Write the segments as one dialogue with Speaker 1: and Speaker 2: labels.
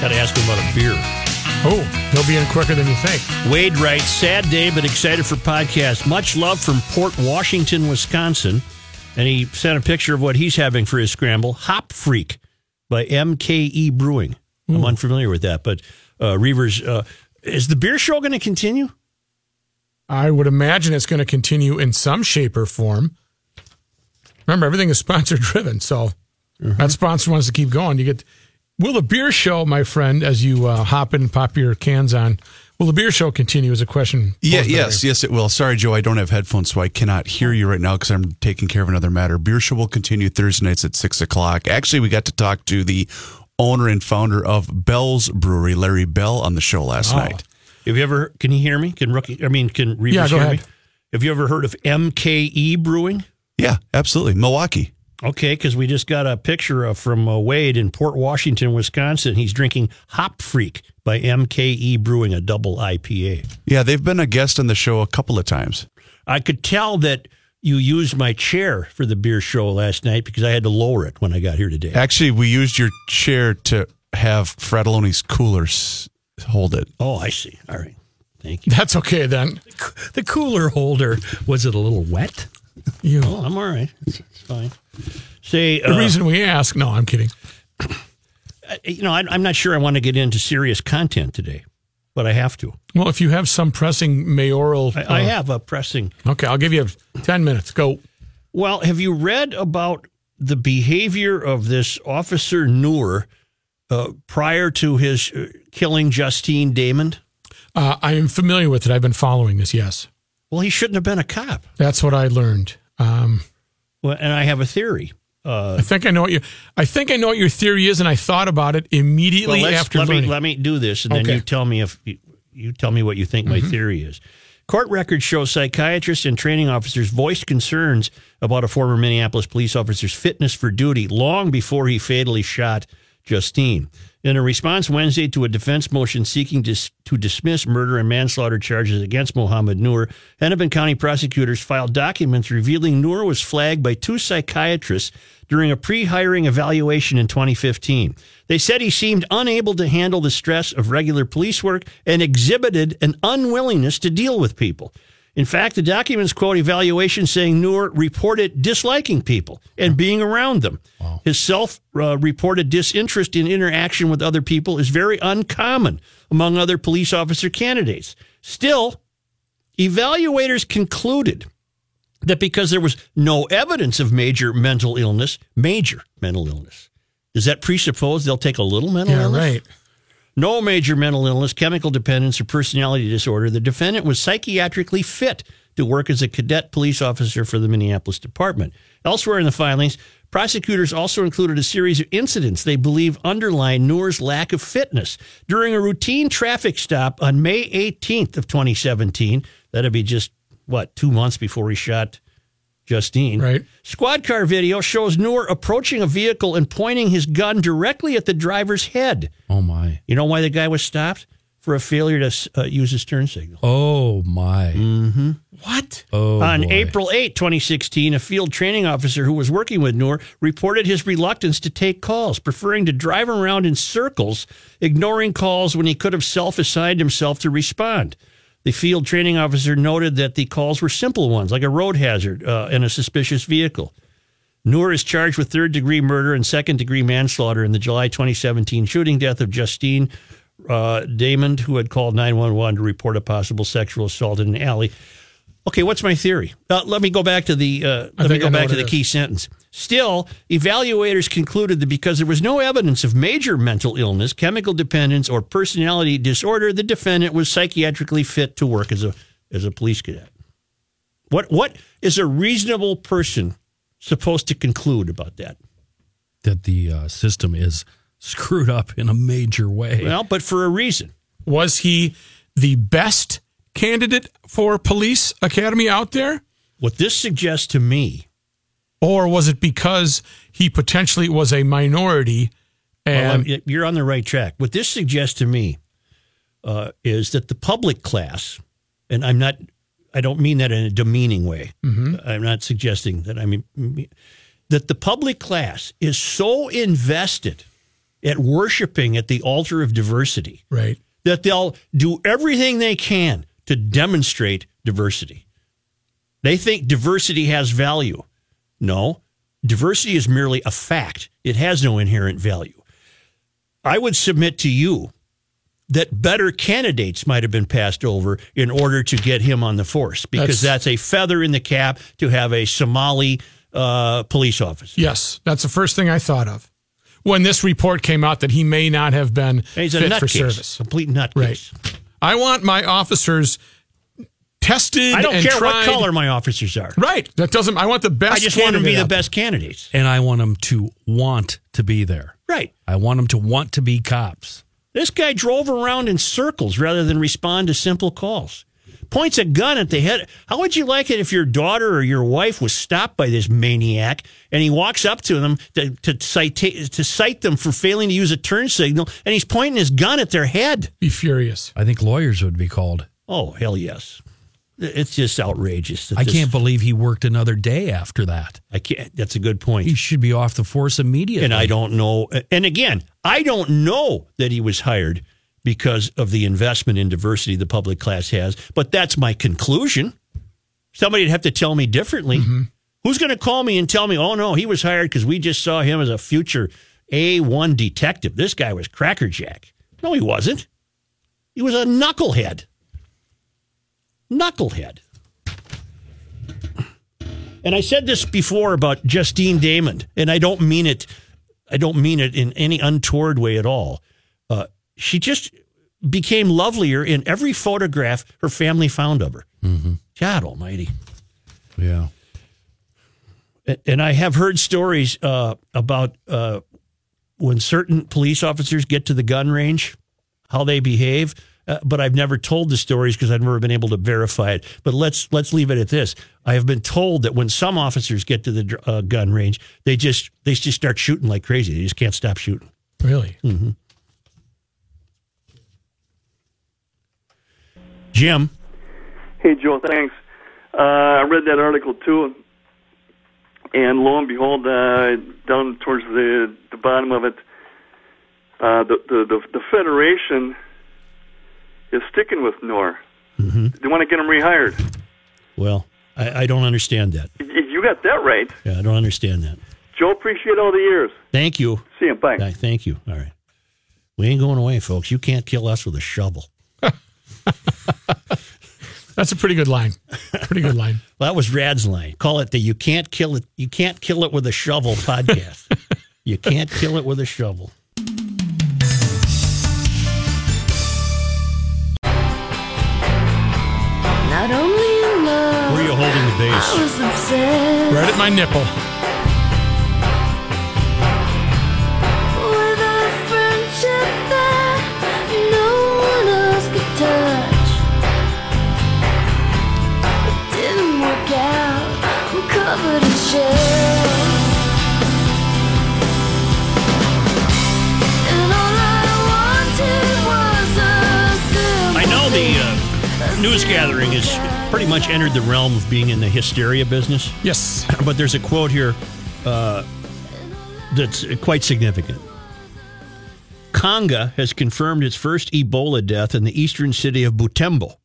Speaker 1: Got to ask him about a beer.
Speaker 2: Oh, he'll be in quicker than you think.
Speaker 1: Wade writes, sad day, but excited for podcast. Much love from Port Washington, Wisconsin. And he sent a picture of what he's having for his scramble Hop Freak by MKE Brewing.
Speaker 2: Hmm.
Speaker 1: I'm unfamiliar with that, but uh, Reavers, uh, is the beer show going to continue?
Speaker 2: I would imagine it's going to continue in some shape or form. Remember, everything is sponsor driven, so that sponsor wants to keep going. You get will the beer show, my friend, as you uh, hop in and pop your cans on. Will the beer show continue? Is a question.
Speaker 3: Yeah,
Speaker 2: posed by
Speaker 3: yes, yes, it will. Sorry, Joe, I don't have headphones, so I cannot hear you right now because I'm taking care of another matter. Beer Show will continue Thursday nights at six o'clock. Actually, we got to talk to the owner and founder of Bell's Brewery, Larry Bell, on the show last night.
Speaker 1: Have you ever? Can you hear me? Can rookie? I mean, can Reavers
Speaker 2: Yeah, go
Speaker 1: hear me?
Speaker 2: ahead.
Speaker 1: Have you ever heard of MKE Brewing?
Speaker 3: Yeah, absolutely, Milwaukee.
Speaker 1: Okay, because we just got a picture of from uh, Wade in Port Washington, Wisconsin. He's drinking Hop Freak by MKE Brewing, a double IPA.
Speaker 3: Yeah, they've been a guest on the show a couple of times.
Speaker 1: I could tell that you used my chair for the beer show last night because I had to lower it when I got here today.
Speaker 3: Actually, we used your chair to have Fratelloni's coolers hold it.
Speaker 1: Oh, I see. All right. Thank you.
Speaker 2: That's okay then.
Speaker 1: The cooler holder, was it a little wet?
Speaker 2: You.
Speaker 1: Oh, I'm all right. It's, it's fine. Say,
Speaker 2: The
Speaker 1: uh,
Speaker 2: reason we ask. No, I'm kidding.
Speaker 1: you know, I, I'm not sure I want to get into serious content today, but I have to.
Speaker 2: Well, if you have some pressing mayoral,
Speaker 1: I, I
Speaker 2: uh,
Speaker 1: have a pressing
Speaker 2: Okay, I'll give you ten minutes. Go.
Speaker 1: Well, have you read about the behavior of this officer Noor uh, prior to his uh, killing Justine Damon?
Speaker 2: Uh, I am familiar with it. I've been following this. Yes,
Speaker 1: Well, he shouldn't have been a cop.
Speaker 2: that's what I learned. Um,
Speaker 1: Well, and I have a theory. uh,
Speaker 2: I think I know what you. I think I know what your theory is, and I thought about it immediately
Speaker 1: let's-
Speaker 2: after
Speaker 1: let
Speaker 2: learning.
Speaker 1: me let me do this, and then
Speaker 2: Okay. Mm-hmm.
Speaker 1: you tell me if you, you tell me what you think my theory is. Court records show psychiatrists and training officers voiced concerns about a former Minneapolis police officer's fitness for duty long before he fatally shot Justine. In a response Wednesday to a defense motion seeking dis- to dismiss murder and manslaughter charges against Mohammed Noor, Hennepin County prosecutors filed documents revealing Noor was flagged by two psychiatrists during a pre hiring evaluation in 2015. They said he seemed unable to handle the stress of regular police work and exhibited an unwillingness to deal with people. In fact, the documents quote evaluation saying Noor reported disliking people and being around them. His self uh, reported disinterest in interaction with other people is very uncommon among other police officer candidates. Still, evaluators concluded that because there was no evidence of major mental illness, major mental illness, does that presuppose they'll take a little mental
Speaker 2: yeah,
Speaker 1: illness?
Speaker 2: right.
Speaker 1: No major mental illness, chemical dependence, or personality disorder. The defendant was psychiatrically fit to work as a cadet police officer for the Minneapolis department. Elsewhere in the filings, prosecutors also included a series of incidents they believe underline Noor's lack of fitness. During a routine traffic stop on May 18th of 2017, that'd be just what, 2 months before he shot Justine.
Speaker 2: Right.
Speaker 1: Squad car video shows Noor approaching a vehicle and pointing his gun directly at the driver's head.
Speaker 4: Oh my.
Speaker 1: You know why the guy was stopped? For a failure to uh, use his turn signal.
Speaker 4: Oh my.
Speaker 1: Mm-hmm.
Speaker 2: What?
Speaker 4: Oh.
Speaker 1: On
Speaker 4: boy.
Speaker 1: April 8, 2016, a field training officer who was working with Noor reported his reluctance to take calls, preferring to drive around in circles, ignoring calls when he could have self assigned himself to respond. The field training officer noted that the calls were simple ones, like a road hazard uh, and a suspicious vehicle. Noor is charged with third degree murder and second degree manslaughter in the July 2017 shooting death of Justine uh, Damon, who had called 911 to report a possible sexual assault in an alley. Okay, what's my theory? Uh, let me go back to the uh, let me
Speaker 2: think I
Speaker 1: go
Speaker 2: know
Speaker 1: back
Speaker 2: what
Speaker 1: to
Speaker 2: it
Speaker 1: the
Speaker 2: is.
Speaker 1: key sentence. Still, evaluators concluded that because there was no evidence of major mental illness, chemical dependence, or personality disorder, the defendant was psychiatrically fit to work as a as a police cadet. What what is a reasonable person supposed to conclude about that?
Speaker 4: that the uh, system is screwed up in a major way.
Speaker 1: Well, but for a reason.
Speaker 2: Was he the best candidate for police academy out there?
Speaker 1: What this suggests to me,
Speaker 2: Or was it because he potentially was a minority
Speaker 1: well,
Speaker 2: and
Speaker 1: I'm- you're on the right track. What this suggests to me uh, is that the public class, and I'm not, I don't mean that in a demeaning way. I'm not suggesting that I mean that the public class is so invested at worshiping at the altar of diversity
Speaker 2: right?
Speaker 1: that they'll do everything they can to demonstrate diversity. They think diversity has value. No, diversity is merely a fact, it has no inherent value. I would submit to you that better candidates might have been passed over in order to get him on the force because that's,
Speaker 2: That's-
Speaker 1: a feather in the cap to have a Somali uh, police officer.
Speaker 2: Yes, that's the first thing I thought of when this report came out that he may not have been
Speaker 1: He's a
Speaker 2: fit for
Speaker 1: nutcase,
Speaker 2: service.
Speaker 1: complete nutcase.
Speaker 2: Right. I want my officers tested.
Speaker 1: I don't
Speaker 2: and
Speaker 1: care
Speaker 2: tried.
Speaker 1: what color my officers are.
Speaker 2: Right. That doesn't. I want the best.
Speaker 1: I just want them to be
Speaker 2: candidate
Speaker 1: the
Speaker 2: out
Speaker 1: best candidates.
Speaker 4: and I want them to want to be there.
Speaker 1: Right.
Speaker 4: I want them to want to be cops.
Speaker 1: This guy drove around in circles rather than respond to simple calls. Points a gun at the head. How would you like it if your daughter or your wife was stopped by this maniac and he walks up to them to, to, cite, to cite them for failing to use a turn signal and he's pointing his gun at their head?
Speaker 2: Be furious.
Speaker 4: I think lawyers would be called.
Speaker 1: Oh, hell yes. It's just outrageous. that
Speaker 4: I
Speaker 1: this-
Speaker 4: can't believe he worked another day after that.
Speaker 1: I can't. That's a good point.
Speaker 4: He should be off the force immediately.
Speaker 1: And I don't know. And again, I don't know that he was hired because of the investment in diversity the public class has, but that's my conclusion. Somebody'd have to tell me differently. Who's going to call me and tell me, oh, no, he was hired because we just saw him as a future A1 detective? This guy was crackerjack. No, he wasn't. He was a knucklehead. Knucklehead. And I said this before about Justine Damon, and I don't mean it. I don't mean it in any untoward way at all. Uh, she just became lovelier in every photograph her family found of her. God Almighty!
Speaker 4: Yeah.
Speaker 1: A- And I have heard stories uh, about uh, when certain police officers get to the gun range, how they behave. Uh, but I've never told the stories because I've never been able to verify it. But let's let's leave it at this. I have been told that when some officers get to the dr- uh, gun range, they just they just start shooting like crazy. They just can't stop shooting.
Speaker 2: Really.
Speaker 1: Jim,
Speaker 5: Hey, Joe, thanks. Uh, I read that article too, and lo and behold, uh, down towards the the bottom of it, uh, the, the the the Federation is sticking with Nor. They want to get him rehired.
Speaker 1: well, I, I don't understand that.
Speaker 5: Y- You got that right,
Speaker 1: Yeah, I don't understand that.
Speaker 5: Joe. Appreciate all the years.
Speaker 1: Thank you.
Speaker 5: See you. Bye.
Speaker 1: I thank you. All right. We ain't going away, folks. You can't kill us with a shovel.
Speaker 2: That's a pretty good line. Pretty good line.
Speaker 1: Well, that was Rad's line. Call it the "You can't kill it. You can't kill it with a shovel" podcast. you can't kill it with a shovel.
Speaker 6: Not only in love,
Speaker 1: Where are you holding the
Speaker 6: I
Speaker 1: base?
Speaker 6: was obsessed
Speaker 2: Right at my nipple.
Speaker 6: with a friendship that no one else could touch. It didn't work out. I'm covered in shells. And all I wanted was a simple
Speaker 1: I know the uh, news gathering has pretty much entered the realm of being in the hysteria business.
Speaker 2: Yes.
Speaker 1: but there's a quote here uh, that's quite significant. Conga has confirmed its first Ebola death in the eastern city of Butembo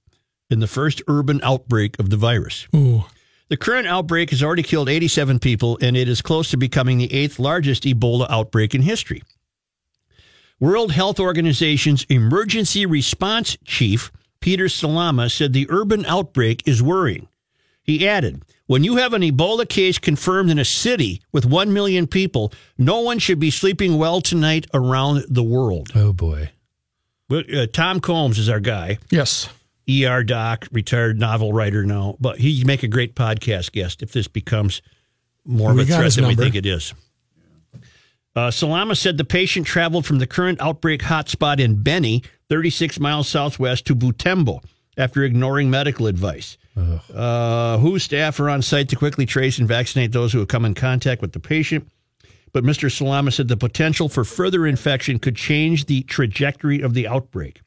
Speaker 1: in the first urban outbreak of the virus.
Speaker 2: Ooh.
Speaker 1: The current outbreak has already killed 87 people, and it is close to becoming the eighth largest Ebola outbreak in history. World Health Organization's emergency response chief, Peter Salama, said the urban outbreak is worrying. He added, When you have an Ebola case confirmed in a city with 1 million people, no one should be sleeping well tonight around the world.
Speaker 4: Oh boy.
Speaker 1: But, uh, Tom Combs is our guy.
Speaker 2: Yes.
Speaker 1: ER doc, retired novel writer now, but he'd make a great podcast guest if this becomes more of
Speaker 2: We
Speaker 1: a
Speaker 2: got
Speaker 1: threat
Speaker 2: his
Speaker 1: than we
Speaker 2: number.
Speaker 1: think it is. Uh, Salama said the patient traveled from the current outbreak hotspot in Beni, 36 miles southwest, to Butembo after ignoring medical advice. Uh, WHO staff are on site to quickly trace and vaccinate those who have come in contact with the patient. But Mr. Salama said the potential for further infection could change the trajectory of the outbreak.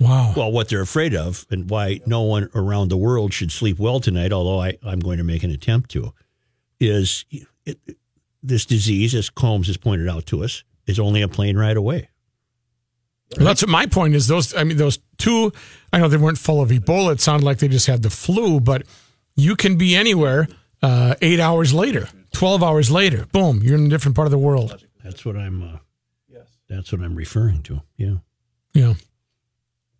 Speaker 2: Wow.
Speaker 1: Well, what they're afraid of and why no one around the world should sleep well tonight, although I, I'm going to make an attempt to, is it, this disease, as Combs has pointed out to us, is only a plane ride away.
Speaker 2: Well, that's what my point is. Those, I mean, those two. I know they weren't full of Ebola. It sounded like they just had the flu, but you can be anywhere. Uh, eight hours later, twelve hours later, boom, you're in a different part of the world.
Speaker 1: That's what I'm. Uh, That's what I'm referring to. Yeah.
Speaker 2: Yeah,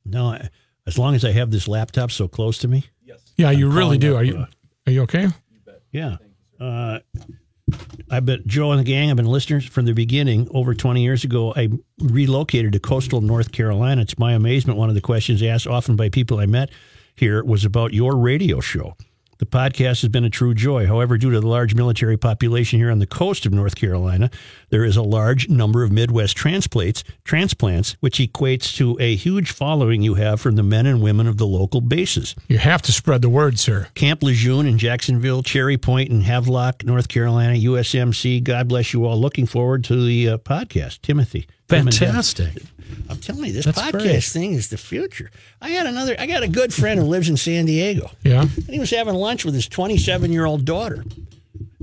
Speaker 1: No, I, as long as I have this laptop so close to me.
Speaker 2: yeah, you
Speaker 1: I'm
Speaker 2: really
Speaker 1: calling
Speaker 2: do.
Speaker 1: up,
Speaker 2: Are you?
Speaker 1: uh,
Speaker 2: Are you okay?
Speaker 1: Yeah. Uh, I've been Joe and the gang. I've been listeners from the beginning. Over 20 years ago, I relocated to coastal North Carolina. It's my amazement. One of the questions asked often by people I met here was about your radio show. The podcast has been a true joy. However, due to the large military population here on the coast of North Carolina, there is a large number of Midwest transplants, transplants, which equates to a huge following you have from the men and women of the local bases.
Speaker 2: You have to spread the word, sir.
Speaker 1: Camp Lejeune in Jacksonville, Cherry Point in Havelock, North Carolina, USMC. God bless you all. Looking forward to the uh, podcast, Timothy. Tim and Deb.
Speaker 4: Fantastic.
Speaker 1: I'm telling you, this
Speaker 4: That's
Speaker 1: podcast
Speaker 4: great.
Speaker 1: thing is the future. I had another. I got a good friend who lives in San Diego,
Speaker 2: Yeah,
Speaker 1: and he was having lunch with his 27 year old daughter,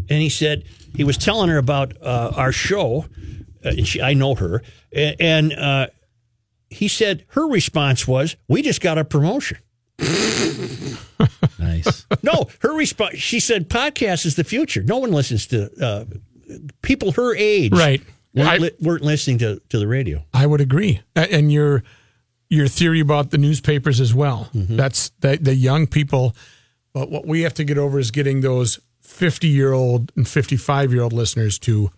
Speaker 1: and he said he was telling her about uh, our show. Uh, and she, I know her, and, and uh, he said her response was, "We just got a promotion."
Speaker 4: Nice.
Speaker 1: No, her response. She said, "Podcast is the future. No one listens to uh, people her age.
Speaker 2: right.
Speaker 1: Weren't,
Speaker 2: I-
Speaker 1: li- weren't listening to, to the radio.
Speaker 2: I would agree. A- And your your theory about the newspapers as well.
Speaker 1: Mm-hmm.
Speaker 2: That's the, the young people. But what we have to get over is getting those 50 year old and 55 year old listeners to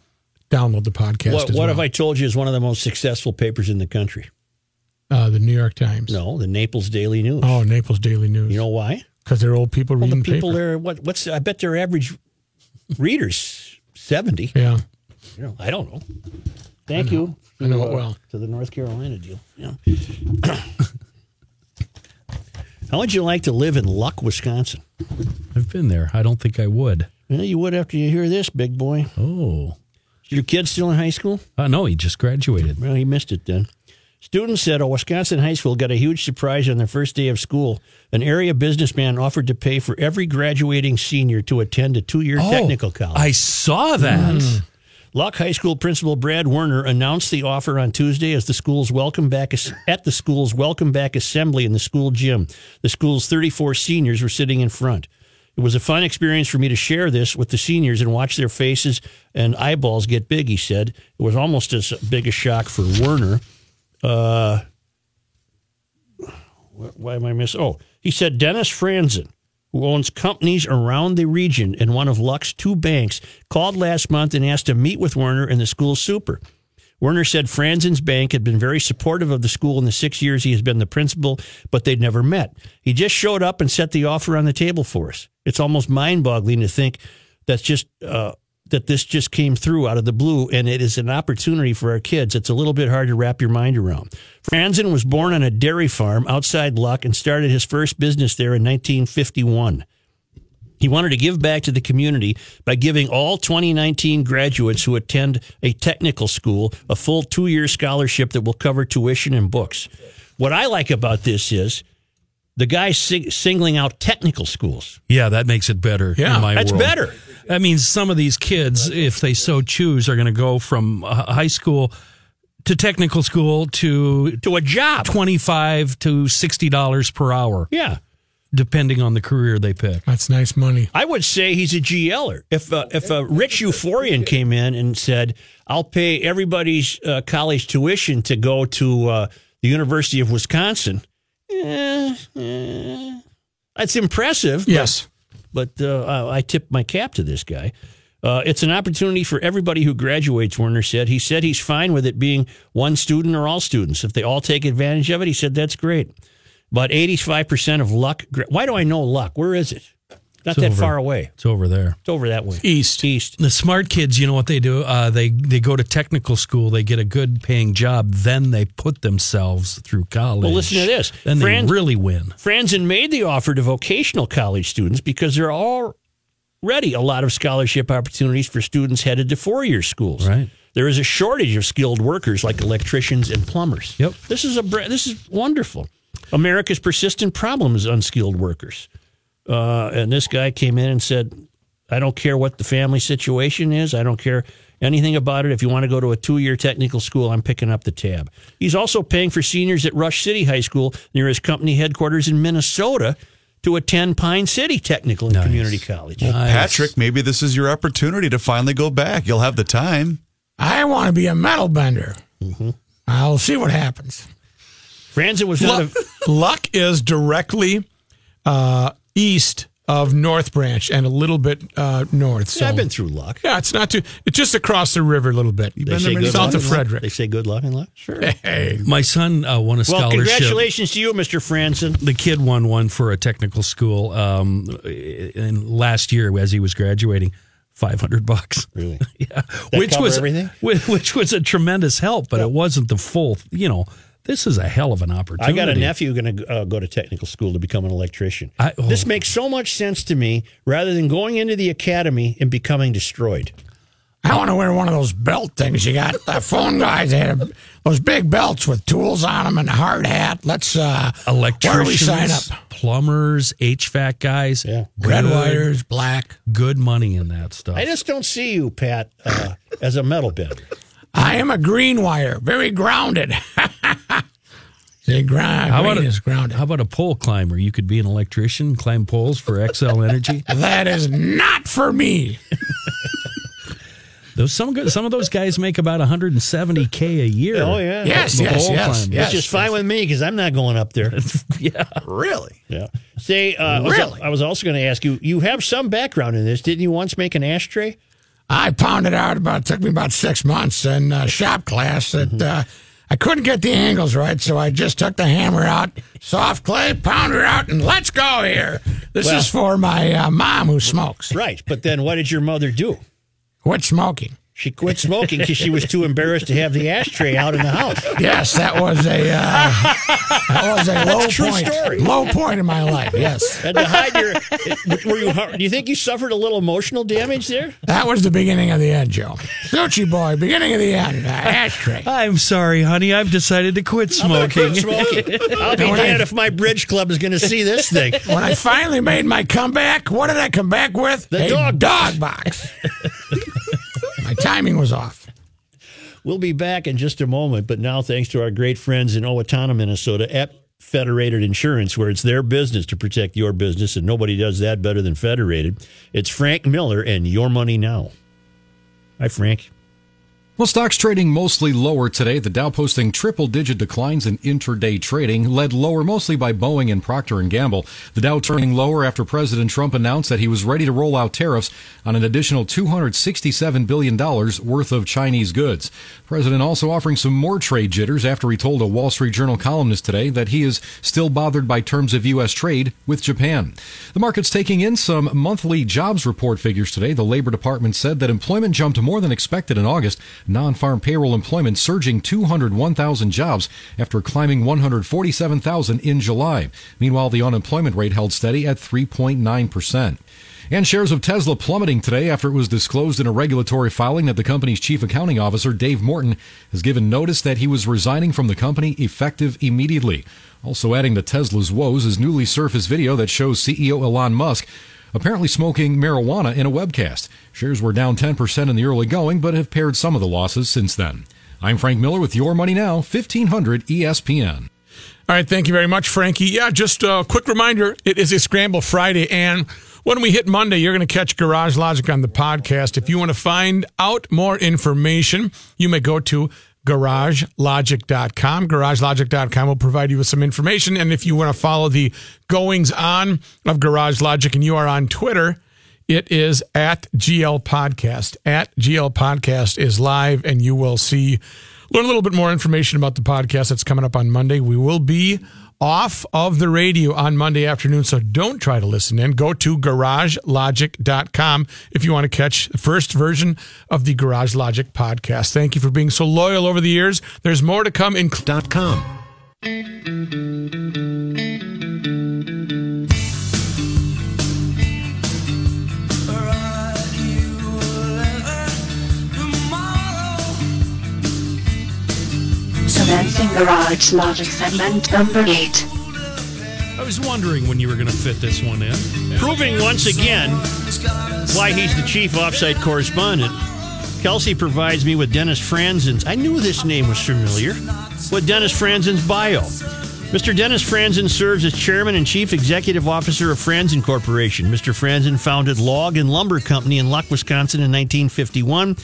Speaker 2: download the podcast.
Speaker 1: What,
Speaker 2: as
Speaker 1: what
Speaker 2: well.
Speaker 1: have I told you is one of the most successful papers in the country?
Speaker 2: Uh, the New York Times.
Speaker 1: No, the Naples Daily News.
Speaker 2: Oh, Naples Daily News.
Speaker 1: You know why?
Speaker 2: because they're old people
Speaker 1: Well,
Speaker 2: reading
Speaker 1: the people
Speaker 2: paper.
Speaker 1: there. What, what's? I bet their average readers seventy.
Speaker 2: yeah,
Speaker 1: You know, I don't know. Thank you.
Speaker 2: I know
Speaker 1: to,
Speaker 2: it
Speaker 1: uh,
Speaker 2: well.
Speaker 1: to the North Carolina deal. Yeah. How would you like to live in Luck, Wisconsin?
Speaker 4: I've been there. I don't think I would.
Speaker 1: Well, you would after you hear this, big boy.
Speaker 4: Oh.
Speaker 1: Your kid still in high school?
Speaker 4: Uh, no, he just graduated.
Speaker 1: Well, he missed it then. Students at a Wisconsin high school got a huge surprise on their first day of school. An area businessman offered to pay for every graduating senior to attend a two year technical college.
Speaker 4: Oh,
Speaker 1: Mm.
Speaker 4: I saw that.
Speaker 1: Luck High School Principal Brad Werner announced the offer on Tuesday as the school's welcome back at the school's welcome back assembly in the school gym. The school's 34 seniors were sitting in front. It was a fun experience for me to share this with the seniors and watch their faces and eyeballs get big. He said it was almost as big a shock for Werner. Uh, wh- why am I miss? Oh, he said Dennis Franzen, who owns companies around the region and one of Luck's two banks, called last month and asked to meet with Werner and the school super. Werner said Franzen's bank had been very supportive of the school in the six years he has been the principal, but they'd never met. He just showed up and set the offer on the table for us. It's almost mind boggling to think that's just uh, that this just came through out of the blue, and it is an opportunity for our kids. It's a little bit hard to wrap your mind around. Franzen was born on a dairy farm outside Luck and started his first business there in 1951. He wanted to give back to the community by giving all 2019 graduates who attend a technical school a full two year scholarship that will cover tuition and books. What I like about this is the guy sing- singling out technical schools.
Speaker 4: Yeah, that makes it better.
Speaker 2: Yeah,
Speaker 4: in my
Speaker 1: that's
Speaker 4: world.
Speaker 1: better.
Speaker 4: That means some of these kids, if they so choose, are going to go from uh, high school to technical school to
Speaker 1: To a job.
Speaker 4: twenty-five to sixty dollars per hour,
Speaker 1: Yeah.
Speaker 4: depending on the career they pick.
Speaker 2: that's nice money.
Speaker 1: I would say he's a GLer. If uh, if a rich euphorian came in and said, "I'll pay everybody's uh, college tuition to go to uh, the University of Wisconsin," eh, eh, that's impressive.
Speaker 2: Yes,
Speaker 1: But uh, I- I tip my cap to this guy. Uh, it's an opportunity for everybody who graduates. Werner said. He said he's fine with it being one student or all students. If they all take advantage of it, he said that's great. But eighty-five percent of luck. Why do I know luck? Where is it? Not
Speaker 4: It's
Speaker 1: that
Speaker 4: over.
Speaker 1: far away.
Speaker 4: It's over there.
Speaker 1: It's over that way.
Speaker 2: East.
Speaker 1: East.
Speaker 4: The smart kids, you know what they do? Uh, they they go to technical school. They get a good paying job. Then they put themselves through college.
Speaker 1: Well, listen to this.
Speaker 4: Then
Speaker 1: Friends-
Speaker 4: they really win.
Speaker 1: Franzen made the offer to vocational college students because there are already a lot of scholarship opportunities for students headed to four year schools.
Speaker 4: Right.
Speaker 1: There is a shortage of skilled workers like electricians and plumbers.
Speaker 4: Yep.
Speaker 1: This is a br- this is wonderful. America's persistent problem is unskilled workers. Uh, and this guy came in and said, "I don't care what the family situation is. I don't care anything about it. If you want to go to a two-year technical school, I'm picking up the tab." He's also paying for seniors at Rush City High School near his company headquarters in Minnesota to attend Pine City Technical and Community College.
Speaker 3: Patrick, maybe this is your opportunity to finally go back. You'll have the time.
Speaker 2: I want to be a metal bender.
Speaker 1: Mm-hmm.
Speaker 2: I'll see what happens.
Speaker 1: Franzen was not
Speaker 2: Luck,
Speaker 1: a
Speaker 2: Luck is directly uh, east of North Branch and a little bit uh, north. So
Speaker 1: I've been through luck.
Speaker 2: yeah, it's not too. It's just across the river a little bit.
Speaker 1: They say good
Speaker 2: south of
Speaker 1: luck in luck. They
Speaker 2: Frederick.
Speaker 1: say good luck in luck. Sure.
Speaker 2: Hey,
Speaker 4: My son uh, won a
Speaker 1: Well,
Speaker 4: scholarship.
Speaker 1: congratulations to you, Mr. Franzen.
Speaker 4: the kid won one for a technical school um, in last year as he was graduating. Five hundred bucks,
Speaker 1: Really?
Speaker 4: yeah, which
Speaker 1: cover
Speaker 4: was
Speaker 1: everything?
Speaker 4: whi- which was a tremendous help, but it wasn't the full. You know, this is a hell of an opportunity.
Speaker 1: I got a nephew going to uh, go to technical school to become an electrician.
Speaker 4: I- oh.
Speaker 1: This makes so much sense to me rather than going into the academy and becoming destroyed.
Speaker 2: I want to wear one of those belt things you got. The phone guys they had a, those big belts with tools on them and a hard hat. Let's uh,
Speaker 4: Electricians,
Speaker 2: Where do we sign up?
Speaker 4: plumbers, HVAC guys,
Speaker 1: Yeah.
Speaker 2: Red
Speaker 4: good-
Speaker 2: wires, black.
Speaker 4: good money in that stuff.
Speaker 1: I just don't see you, Pat, uh, as a metal bender.
Speaker 2: I am a green wire, very grounded. See, gr-
Speaker 4: how
Speaker 2: green
Speaker 4: about
Speaker 2: is
Speaker 4: a,
Speaker 2: grounded.
Speaker 4: how about a pole climber? You could be an electrician, climb poles for XL Energy.
Speaker 2: that is not for me.
Speaker 4: Those some go- some of those guys make about 170k a year.
Speaker 1: Oh, yeah.
Speaker 2: Yes,
Speaker 4: The
Speaker 2: yes,
Speaker 4: whole
Speaker 2: yes,
Speaker 4: time.
Speaker 2: yes.
Speaker 1: Which is fine with me because I'm not going up there.
Speaker 3: Really?
Speaker 1: Yeah. Say, uh, I was-
Speaker 2: Really?
Speaker 1: I was also going to ask you, you have some background in this. Didn't you once make an ashtray?
Speaker 2: I pounded out about took me about six months in uh, shop class that
Speaker 1: Mm-hmm.
Speaker 2: uh, I couldn't get the angles right, so I just took the hammer out, soft clay, pound her out, and let's go here. This
Speaker 1: Well-
Speaker 2: is for my uh, mom who smokes.
Speaker 1: Right. But then what did your mother do?
Speaker 2: Quit smoking.
Speaker 1: She quit smoking because she was too embarrassed to have the ashtray out in the house.
Speaker 2: Yes, that was a uh, that was a low
Speaker 1: true
Speaker 2: point,
Speaker 1: story.
Speaker 2: low point in my life. Yes,
Speaker 1: And to hide your, were you? Do you think you suffered a little emotional damage there?
Speaker 2: that was the beginning of the end, Joe. Sushi boy, beginning of the end. Uh, ashtray.
Speaker 4: I'm sorry, honey. I've decided to quit smoking.
Speaker 1: Smoking. I'll be damned if my bridge club is going to see this thing.
Speaker 2: When I finally made my comeback, what did I come back with?
Speaker 1: The
Speaker 2: a
Speaker 1: dog
Speaker 2: dog box. my timing was off.
Speaker 1: We'll be back in just a moment, but now thanks to our great friends in Owatonna, Minnesota at Federated Insurance, where it's their business to protect your business, and nobody does that better than Federated. It's Frank Miller and Your Money Now. Hi, Frank.
Speaker 7: Well, stocks trading mostly lower today. The Dow posting triple-digit declines in intraday trading, led lower mostly by Boeing and Procter and Gamble. The Dow turning lower after President Trump announced that he was ready to roll out tariffs on an additional 267 billion dollars worth of Chinese goods. President also offering some more trade jitters after he told a Wall Street Journal columnist today that he is still bothered by terms of U.S. trade with Japan. The market's taking in some monthly jobs report figures today. The Labor Department said that employment jumped more than expected in August, non farm payroll employment surging 201,000 jobs after climbing 147,000 in July. Meanwhile, the unemployment rate held steady at 3.9%. And shares of Tesla plummeting today after it was disclosed in a regulatory filing that the company's chief accounting officer, Dave Morton, has given notice that he was resigning from the company effective immediately. Also adding to Tesla's woes is newly surfaced video that shows CEO Elon Musk apparently smoking marijuana in a webcast. Shares were down 10% in the early going, but have paired some of the losses since then. I'm Frank Miller with Your Money Now, E 1500 ESPN.
Speaker 2: All right, thank you very much, Frankie. Yeah, just a quick reminder it is a Scramble Friday, and when we hit Monday, you're going to catch Garage Logic on the podcast. If you want to find out more information, you may go to garagelogic.com. Garagelogic.com will provide you with some information. And if you want to follow the goings on of Garage Logic and you are on Twitter, it is at GL Podcast. At GL Podcast is live, and you will see learn a little bit more information about the podcast that's coming up on Monday. We will be off of the radio on Monday afternoon, so don't try to listen in. Go to garagelogic.com if you want to catch the first version of the Garage Logic podcast. Thank you for being so loyal over the years. There's more to come, including.
Speaker 7: Dot com.
Speaker 8: Commencing Garage Logic segment number 8.
Speaker 4: I was wondering when you were going to fit this one in.
Speaker 1: Proving once again why he's the chief offsite correspondent. Kelsey provides me with Dennis Franzen's. I knew this name was familiar. With Dennis Franzen's bio. Mr. Dennis Franzen serves as chairman and chief executive officer of Franzen Corporation. Mr. Franzen founded Log and Lumber Company in Luck, Wisconsin in 1951.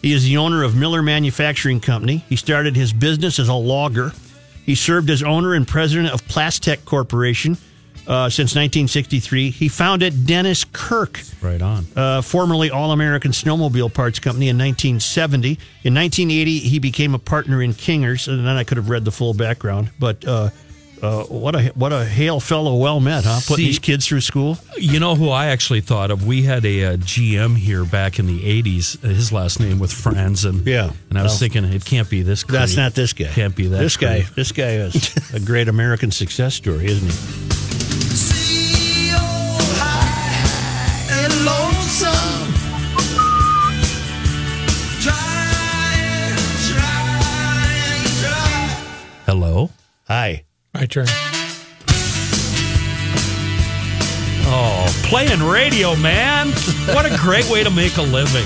Speaker 1: He is the owner of Miller Manufacturing Company. He started his business as a logger. He served as owner and president of Plastech Corporation uh, since 1963. He founded Dennis Kirk
Speaker 4: Right on.
Speaker 1: uh, formerly All American Snowmobile Parts Company in 1970. In 1980, he became a partner in Kingers, and then I could have read the full background. But uh, uh, what a what a hail fellow, well met, huh? Putting
Speaker 4: See-
Speaker 1: these kids through school.
Speaker 4: You know who I actually thought of? We had a, uh GM here back in the '80s. His last name was Franz, and
Speaker 1: Yeah.
Speaker 4: and I was
Speaker 1: Well,
Speaker 4: thinking it can't be this. Creep.
Speaker 1: That's not this guy.
Speaker 4: Can't be that.
Speaker 1: This guy.
Speaker 4: creep.
Speaker 1: This guy is a great American success story, isn't he?
Speaker 4: Hello.
Speaker 1: Hi.
Speaker 2: My turn.
Speaker 4: Oh, playing radio, man! What a great way to make a living.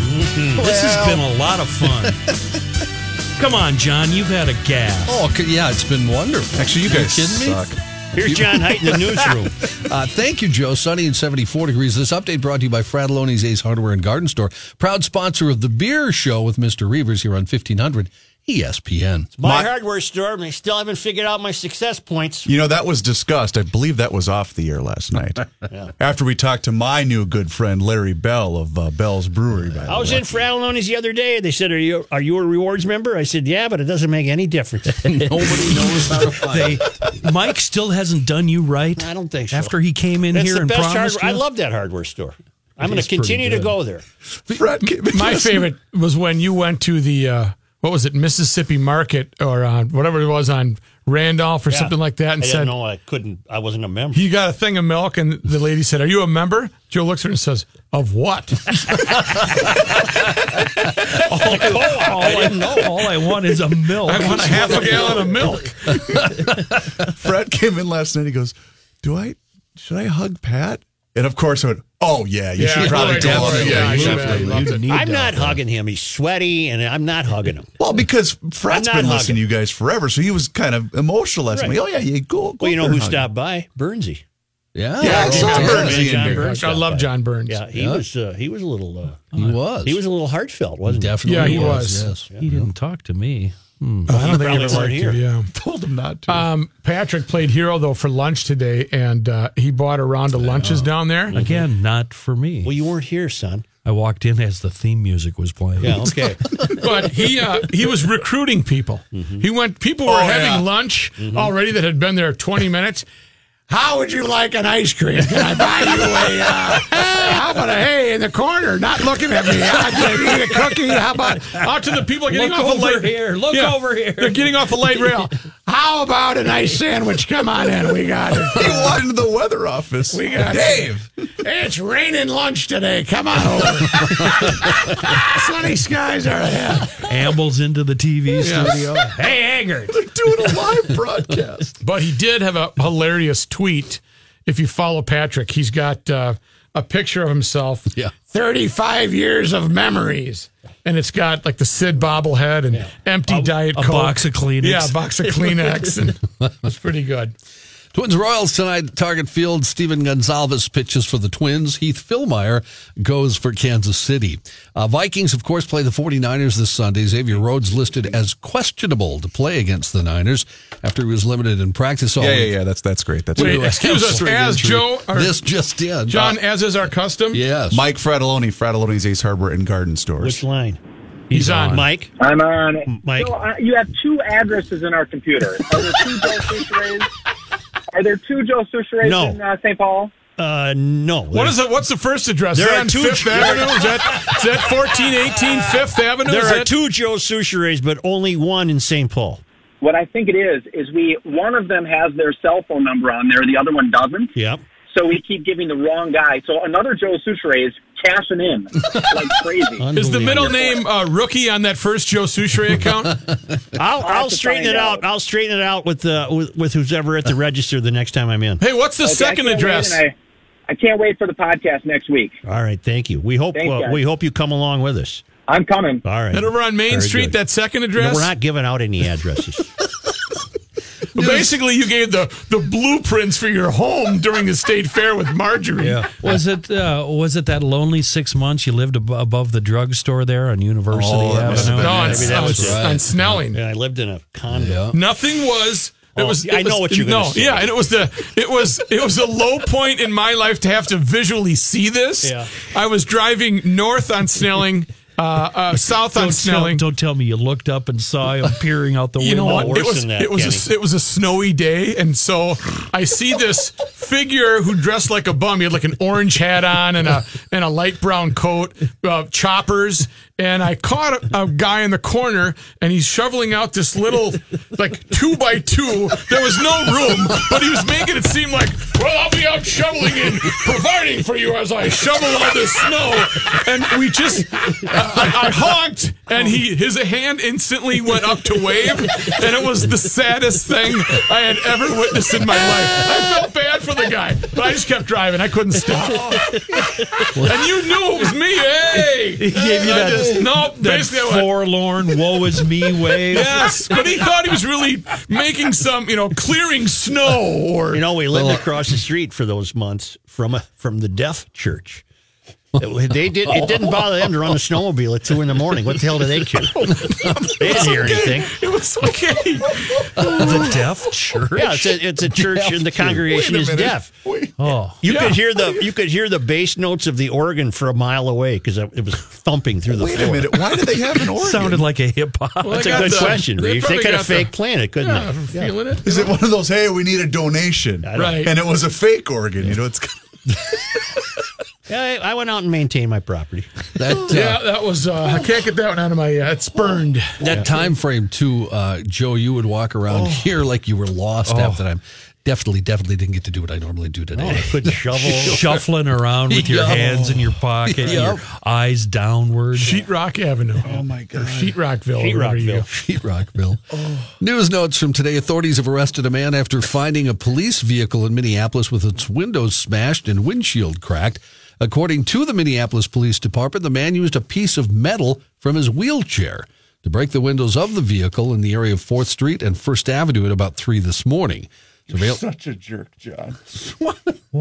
Speaker 4: This has been a lot of fun. Come on, John, you've had a gas.
Speaker 9: Oh, c- yeah, it's been wonderful.
Speaker 3: Actually, you
Speaker 9: Are
Speaker 3: guys
Speaker 9: kidding me?
Speaker 3: suck.
Speaker 1: Here's John Height in the newsroom.
Speaker 9: Uh, thank you, Joe. Sunny and 74 degrees. This update brought to you by Fratelloni's Ace Hardware and Garden Store, proud sponsor of the Beer Show with Mr. Reavers here on E 1500 ESPN.
Speaker 1: My, hardware store, and they still haven't figured out my success points.
Speaker 3: You know, that was discussed. I believe that was off the air last night. After we talked to my new good friend, Larry Bell of uh, Bell's Brewery. By the
Speaker 1: I was
Speaker 3: way.
Speaker 1: in Fratelloni's the other day. They said, "Are you are you a rewards member?" I said, "Yeah, but it doesn't make any difference."
Speaker 9: Nobody knows how to find
Speaker 4: They, Mike still hasn't done you right.
Speaker 1: I don't think so.
Speaker 4: After he came in
Speaker 1: That's
Speaker 4: here
Speaker 1: the
Speaker 4: and
Speaker 1: best
Speaker 4: promised,
Speaker 1: hardware. I
Speaker 4: you-
Speaker 1: love that hardware store. I'm going
Speaker 4: is
Speaker 1: to
Speaker 4: pretty
Speaker 1: continue to
Speaker 4: good.
Speaker 1: go there.
Speaker 3: Fred came in
Speaker 2: My
Speaker 3: last
Speaker 2: favorite was when you went to the uh, what was it Mississippi Market or on whatever it was on Randolph or something like that, and
Speaker 1: I
Speaker 2: said
Speaker 1: didn't know I couldn't. I wasn't a member.
Speaker 2: you got a thing of milk, and the lady said, "Are you a member?" Joe looks at her and says, "Of what?"
Speaker 4: all I know, all I want is a milk.
Speaker 2: I want a half a gallon of milk.
Speaker 3: Fred came in last night. He goes, "Do I? Should I hug Pat?" And of course, I went, "Oh yeah, you should probably
Speaker 9: don't
Speaker 3: tell
Speaker 9: worry,
Speaker 3: him."
Speaker 9: yeah,
Speaker 3: Yeah,
Speaker 9: you
Speaker 3: yeah.
Speaker 1: I'm not hugging him. He's sweaty, and I'm not hugging him.
Speaker 3: Well, because Fred's
Speaker 1: I'm not
Speaker 3: been listening
Speaker 1: hugging.
Speaker 3: to you guys forever, so he was kind of emotional last
Speaker 1: Right.
Speaker 3: night. Oh yeah, you go. go
Speaker 1: Well, you know
Speaker 3: up there
Speaker 1: who
Speaker 3: and hug
Speaker 1: stopped by? Burnsy.
Speaker 9: Yeah,
Speaker 3: Yeah, I saw
Speaker 9: yeah.
Speaker 3: Burns in
Speaker 1: John
Speaker 3: here.
Speaker 1: Burns
Speaker 2: I
Speaker 1: stopped
Speaker 2: love
Speaker 1: by.
Speaker 2: John Burns.
Speaker 1: Yeah, he was. Uh, he was a little. Uh,
Speaker 9: He was.
Speaker 1: he was a little heartfelt, wasn't he?
Speaker 9: Definitely
Speaker 2: Yeah, he
Speaker 9: was.
Speaker 2: was.
Speaker 9: Yes.
Speaker 4: He didn't talk to me.
Speaker 2: Mm-hmm. I don't think
Speaker 1: probably
Speaker 2: he ever
Speaker 1: weren't
Speaker 2: liked you.
Speaker 1: here.
Speaker 2: Yeah.
Speaker 3: him. Told him not to.
Speaker 2: Um, Patrick played hero though for lunch today, and uh, he bought a round of lunches down there.
Speaker 4: Again, not for me.
Speaker 1: Well, you weren't here, son.
Speaker 4: I walked in as the theme music was playing.
Speaker 1: Yeah. Okay.
Speaker 2: but he uh, he was recruiting people.
Speaker 4: Mm-hmm.
Speaker 2: He went. People were
Speaker 3: Oh,
Speaker 2: having
Speaker 3: yeah.
Speaker 2: lunch already that had been there twenty minutes. How would you like an ice cream? Can I buy you a? Uh, hey, how about a hey in the corner? Not looking at me. I can eat a cookie. How about out to the people getting
Speaker 4: Look
Speaker 2: off a
Speaker 4: over
Speaker 2: light
Speaker 4: here. Look over here.
Speaker 2: They're getting off a light rail. How about an ice sandwich? Come on in. We got
Speaker 3: he
Speaker 2: it.
Speaker 3: wanted the weather office.
Speaker 2: We got
Speaker 3: Dave.
Speaker 2: It. Hey, it's raining lunch today. Come on over. Sunny skies are ahead.
Speaker 4: Ambles into the TV studio. Hey, Eggert.
Speaker 3: They're doing a live broadcast.
Speaker 2: But he did have a hilarious tweet. If you follow Patrick, he's got uh, a picture of himself.
Speaker 9: Yeah.
Speaker 2: 35 years of memories. And it's got like the Sid bobblehead and empty diet
Speaker 4: a
Speaker 2: Coke.
Speaker 4: box of Kleenex.
Speaker 2: Yeah, a box of Kleenex. and it's pretty good.
Speaker 9: Twins Royals tonight, Target Field. Steven Gonzalez pitches for the Twins. Heath Philmeyer goes for Kansas City. Uh, Vikings, of course, play the 49ers this Sunday. Xavier Rhodes listed as questionable to play against the Niners after he was limited in practice all
Speaker 3: Yeah, yeah,
Speaker 9: week.
Speaker 3: yeah. That's that's great. That's
Speaker 2: Wait,
Speaker 3: great.
Speaker 2: excuse us,
Speaker 9: Hamstring
Speaker 2: as
Speaker 9: injury.
Speaker 2: Joe or
Speaker 9: this just did.
Speaker 2: John,
Speaker 9: Uh,
Speaker 2: as is our custom.
Speaker 9: yes.
Speaker 3: Mike Fratelloni, Fratelloni's Ace Hardware and Garden
Speaker 1: Which
Speaker 3: Stores.
Speaker 1: line?
Speaker 2: he's on.
Speaker 1: Mike.
Speaker 10: I'm on.
Speaker 1: Mike.
Speaker 10: So, uh, you have two addresses in our computer. Are there two Joe Fisher A's? Are there two Joe Sucheres
Speaker 1: No.
Speaker 10: in uh, St. Paul?
Speaker 1: Uh, no.
Speaker 2: What is it? What's the first address?
Speaker 1: There
Speaker 2: Is that
Speaker 1: are
Speaker 2: on
Speaker 1: two-
Speaker 2: Fifth Avenue? Is that, is that 1418 Fifth Avenue?
Speaker 1: There
Speaker 2: Is
Speaker 1: are
Speaker 2: that-
Speaker 1: two Joe Soucherets, but only one in St. Paul.
Speaker 10: What I think it is is we one of them has their cell phone number on there, the other one doesn't.
Speaker 1: Yep.
Speaker 10: So we keep giving the wrong guy. So another Joe Suchere is cashing in like crazy.
Speaker 2: Is the middle name uh, Rookie on that first Joe Suchere account?
Speaker 1: I'll,
Speaker 10: have
Speaker 1: I'll
Speaker 10: to
Speaker 1: straighten
Speaker 10: find
Speaker 1: it out.
Speaker 10: out.
Speaker 1: I'll straighten it out with, uh, with with who's ever at the register the next time I'm in.
Speaker 2: hey, what's the
Speaker 10: Okay, I
Speaker 2: second
Speaker 10: can't wait,
Speaker 2: address?
Speaker 10: and I, I can't wait for the podcast next week.
Speaker 1: All right, thank you. We hope
Speaker 10: Thanks,
Speaker 1: uh,
Speaker 10: guys.
Speaker 1: we hope you come along with us.
Speaker 10: I'm coming.
Speaker 1: All right.
Speaker 2: That over on Main
Speaker 1: Very
Speaker 2: Street,
Speaker 1: good.
Speaker 2: that second
Speaker 1: No,
Speaker 2: address?
Speaker 1: we're not giving out any addresses.
Speaker 2: Well, Basically, you gave the, the blueprints for your home during the state fair with Marjorie.
Speaker 4: Was it uh, was it that lonely six months you lived ab- above the drugstore there on University Avenue?
Speaker 2: No, on,
Speaker 9: Maybe
Speaker 1: that
Speaker 2: on-
Speaker 1: was
Speaker 9: right.
Speaker 2: on Snelling.
Speaker 1: yeah, I lived in a condo.
Speaker 2: Nothing was. It
Speaker 1: Oh,
Speaker 2: was.
Speaker 1: I
Speaker 2: it was-
Speaker 1: know what you're gonna
Speaker 2: No,
Speaker 1: say.
Speaker 2: yeah, and it was the. It was. It was a low point in my life to have to visually see this.
Speaker 1: Yeah.
Speaker 2: I was driving north on Snelling, uh, uh, south on
Speaker 4: Don't tell,
Speaker 2: Snelling.
Speaker 4: don't tell me you looked up and saw him peering out the
Speaker 2: you know
Speaker 4: window.
Speaker 2: what?
Speaker 1: worse
Speaker 2: It was
Speaker 1: than that,
Speaker 2: it was a,
Speaker 1: Kenny.
Speaker 2: it was a snowy day, and so I see this figure who dressed like a bum. He had like an orange hat on and a and a light brown coat, uh, choppers, and I caught a, a guy in the corner, and he's shoveling out this little like two by two. There was no room, but he was making it seem like, well, I'll be out shoveling and providing for you as I shovel all this snow, and we just I, I honked, and he his hand instantly went up to wave, and it was the saddest thing I had ever witnessed in my life. I felt bad for the guy, but I just kept driving. I couldn't stop. and you knew it was me. Hey, he
Speaker 4: gave you that-
Speaker 2: no. Basically, I went,
Speaker 4: forlorn, woe is me wave.
Speaker 2: yes, but he thought he was really making some, you know, clearing snow or
Speaker 1: You know, we lived across the street for those months from a, from the deaf church. It- They did. It didn't bother them to run a snowmobile at two in the morning. What the hell do they care? They didn't hear anything.
Speaker 2: It was okay.
Speaker 4: the deaf church.
Speaker 1: Yeah, it's a, it's a church, and the congregation
Speaker 2: Wait a
Speaker 1: is
Speaker 2: minute.
Speaker 1: deaf.
Speaker 4: Oh,
Speaker 1: You could hear the you could hear the bass notes of the organ for a mile away because it was thumping through the
Speaker 3: Wait a
Speaker 1: floor.
Speaker 3: minute. Why do they have an organ?
Speaker 4: sounded like a hip hop.
Speaker 2: Well,
Speaker 1: That's
Speaker 2: they
Speaker 1: a
Speaker 2: got
Speaker 1: good
Speaker 2: the-
Speaker 1: question. Reeves. They
Speaker 2: probably
Speaker 1: could have
Speaker 2: got the-
Speaker 1: fake planned it, couldn't
Speaker 2: Yeah,
Speaker 1: they?
Speaker 2: I'm feeling it.
Speaker 3: Is it one of those? Hey, we need a donation,
Speaker 2: Right.
Speaker 3: and it was a fake organ. You know, it's
Speaker 1: Yeah, I I went out and maintained my property.
Speaker 9: That, uh,
Speaker 2: Yeah, that was. Uh, I can't get that one out of my. Uh, it's burned.
Speaker 9: That time frame too, uh, Joe. You would walk around here like you were lost half the time. Definitely, definitely didn't get to do what I normally do today.
Speaker 1: Couldn't shovel.
Speaker 4: Shuffling around with your
Speaker 9: Yeah.
Speaker 4: hands in your pocket,
Speaker 9: Yep.
Speaker 4: your eyes downward.
Speaker 2: Sheetrock Avenue. Oh my God. Sheetrockville. or wherever you go.
Speaker 1: Sheetrockville.
Speaker 9: Rockville. News notes from today. Authorities have arrested a man after finding a police vehicle in Minneapolis with its windows smashed and windshield cracked. According to the Minneapolis Police Department, the man used a piece of metal from his wheelchair to break the windows of the vehicle in the area of 4th Street and 1st Avenue at about 3 this morning. Surveil-
Speaker 3: such a jerk, John.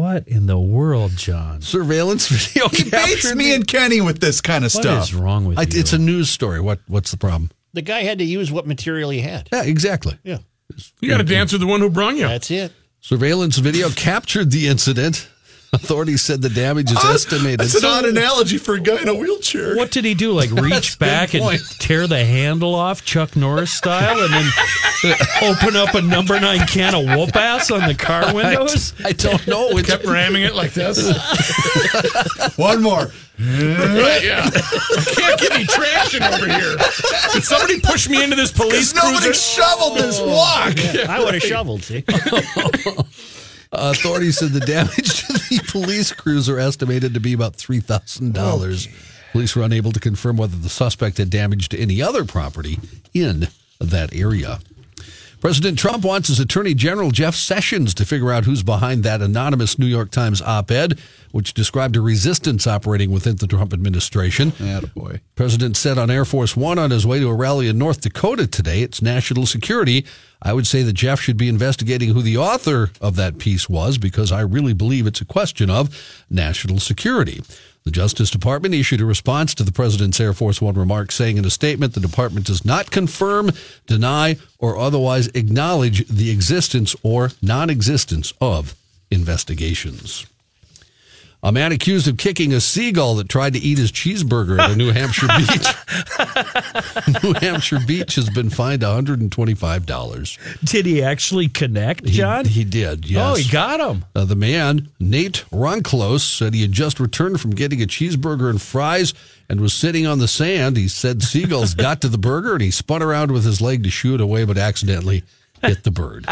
Speaker 4: What in the world, John?
Speaker 9: surveillance video
Speaker 3: He baits
Speaker 9: captured
Speaker 3: me and Kenny with this kind of
Speaker 4: What is
Speaker 3: stuff.
Speaker 4: wrong with
Speaker 9: I,
Speaker 4: you?
Speaker 9: it's a news story. What What's the problem?
Speaker 1: The guy had to use what material he had.
Speaker 9: Yeah, exactly.
Speaker 1: Yeah,
Speaker 2: You got to dance with the one who brung you.
Speaker 1: that's it.
Speaker 9: Surveillance video captured the incident. Authorities said the damage is estimated.
Speaker 3: Ah, That's an odd analogy for a guy in a wheelchair.
Speaker 4: What did he do? Like reach back and
Speaker 9: point.
Speaker 4: tear the handle off, Chuck Norris style, and then open up a number nine can of whoop ass on the car windows?
Speaker 9: I don't know. It's,
Speaker 2: Kept ramming it like this.
Speaker 3: One more.
Speaker 2: right, yeah. I can't get any traction over here. Did somebody push me into this police
Speaker 3: Because nobody
Speaker 2: cruiser?
Speaker 3: shoveled this walk.
Speaker 1: I would have shoveled. See,
Speaker 9: uh, authorities said the damage to the police cruiser estimated to be about three thousand dollars. Police were unable to confirm whether the suspect had damaged any other property in that area. President Trump wants his Attorney General Jeff Sessions to figure out who's behind that anonymous New York Times op ed, which described a resistance operating within the Trump administration.
Speaker 3: Attaboy.
Speaker 9: President said on Air Force One on his way to a rally in North Dakota today, it's national security. I would say that Jeff should be investigating who the author of that piece was because I really believe it's a question of national security. The Justice Department issued a response to the president's Air Force One remark, saying in a statement the department does not confirm, deny, or otherwise acknowledge the existence or non existence of investigations. A man accused of kicking a seagull that tried to eat his cheeseburger at a New Hampshire beach. New Hampshire beach has been fined $125.
Speaker 4: Did he actually connect, John?
Speaker 9: He, did, yes.
Speaker 4: Oh, he got him.
Speaker 9: Uh, the man, Nate Ronclose, said he had just returned from getting a cheeseburger and fries and was sitting on the sand. He said seagulls got to the burger and he spun around with his leg to shoo it away, but accidentally hit the bird.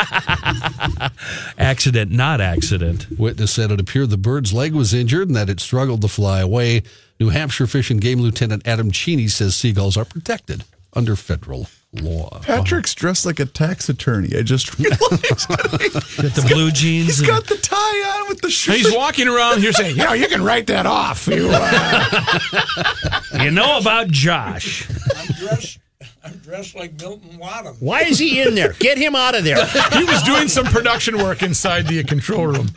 Speaker 4: accident, not accident.
Speaker 9: Witness said it appeared the bird's leg was injured and that it struggled to fly away. New Hampshire Fish and Game Lieutenant Adam Cheney says seagulls are protected under federal law.
Speaker 3: Patrick's dressed like a tax attorney. I just realized.
Speaker 4: With the blue jeans.
Speaker 3: He's
Speaker 4: and-
Speaker 3: got the tie on with the
Speaker 2: And
Speaker 3: shirt.
Speaker 2: he's walking around here saying, "Yeah, you can write that off." You, uh,
Speaker 4: you know about Josh.
Speaker 11: I'm dressed like Milton Wadham.
Speaker 1: Why is he in there? Get him out of there.
Speaker 2: he was doing some production work inside the control room.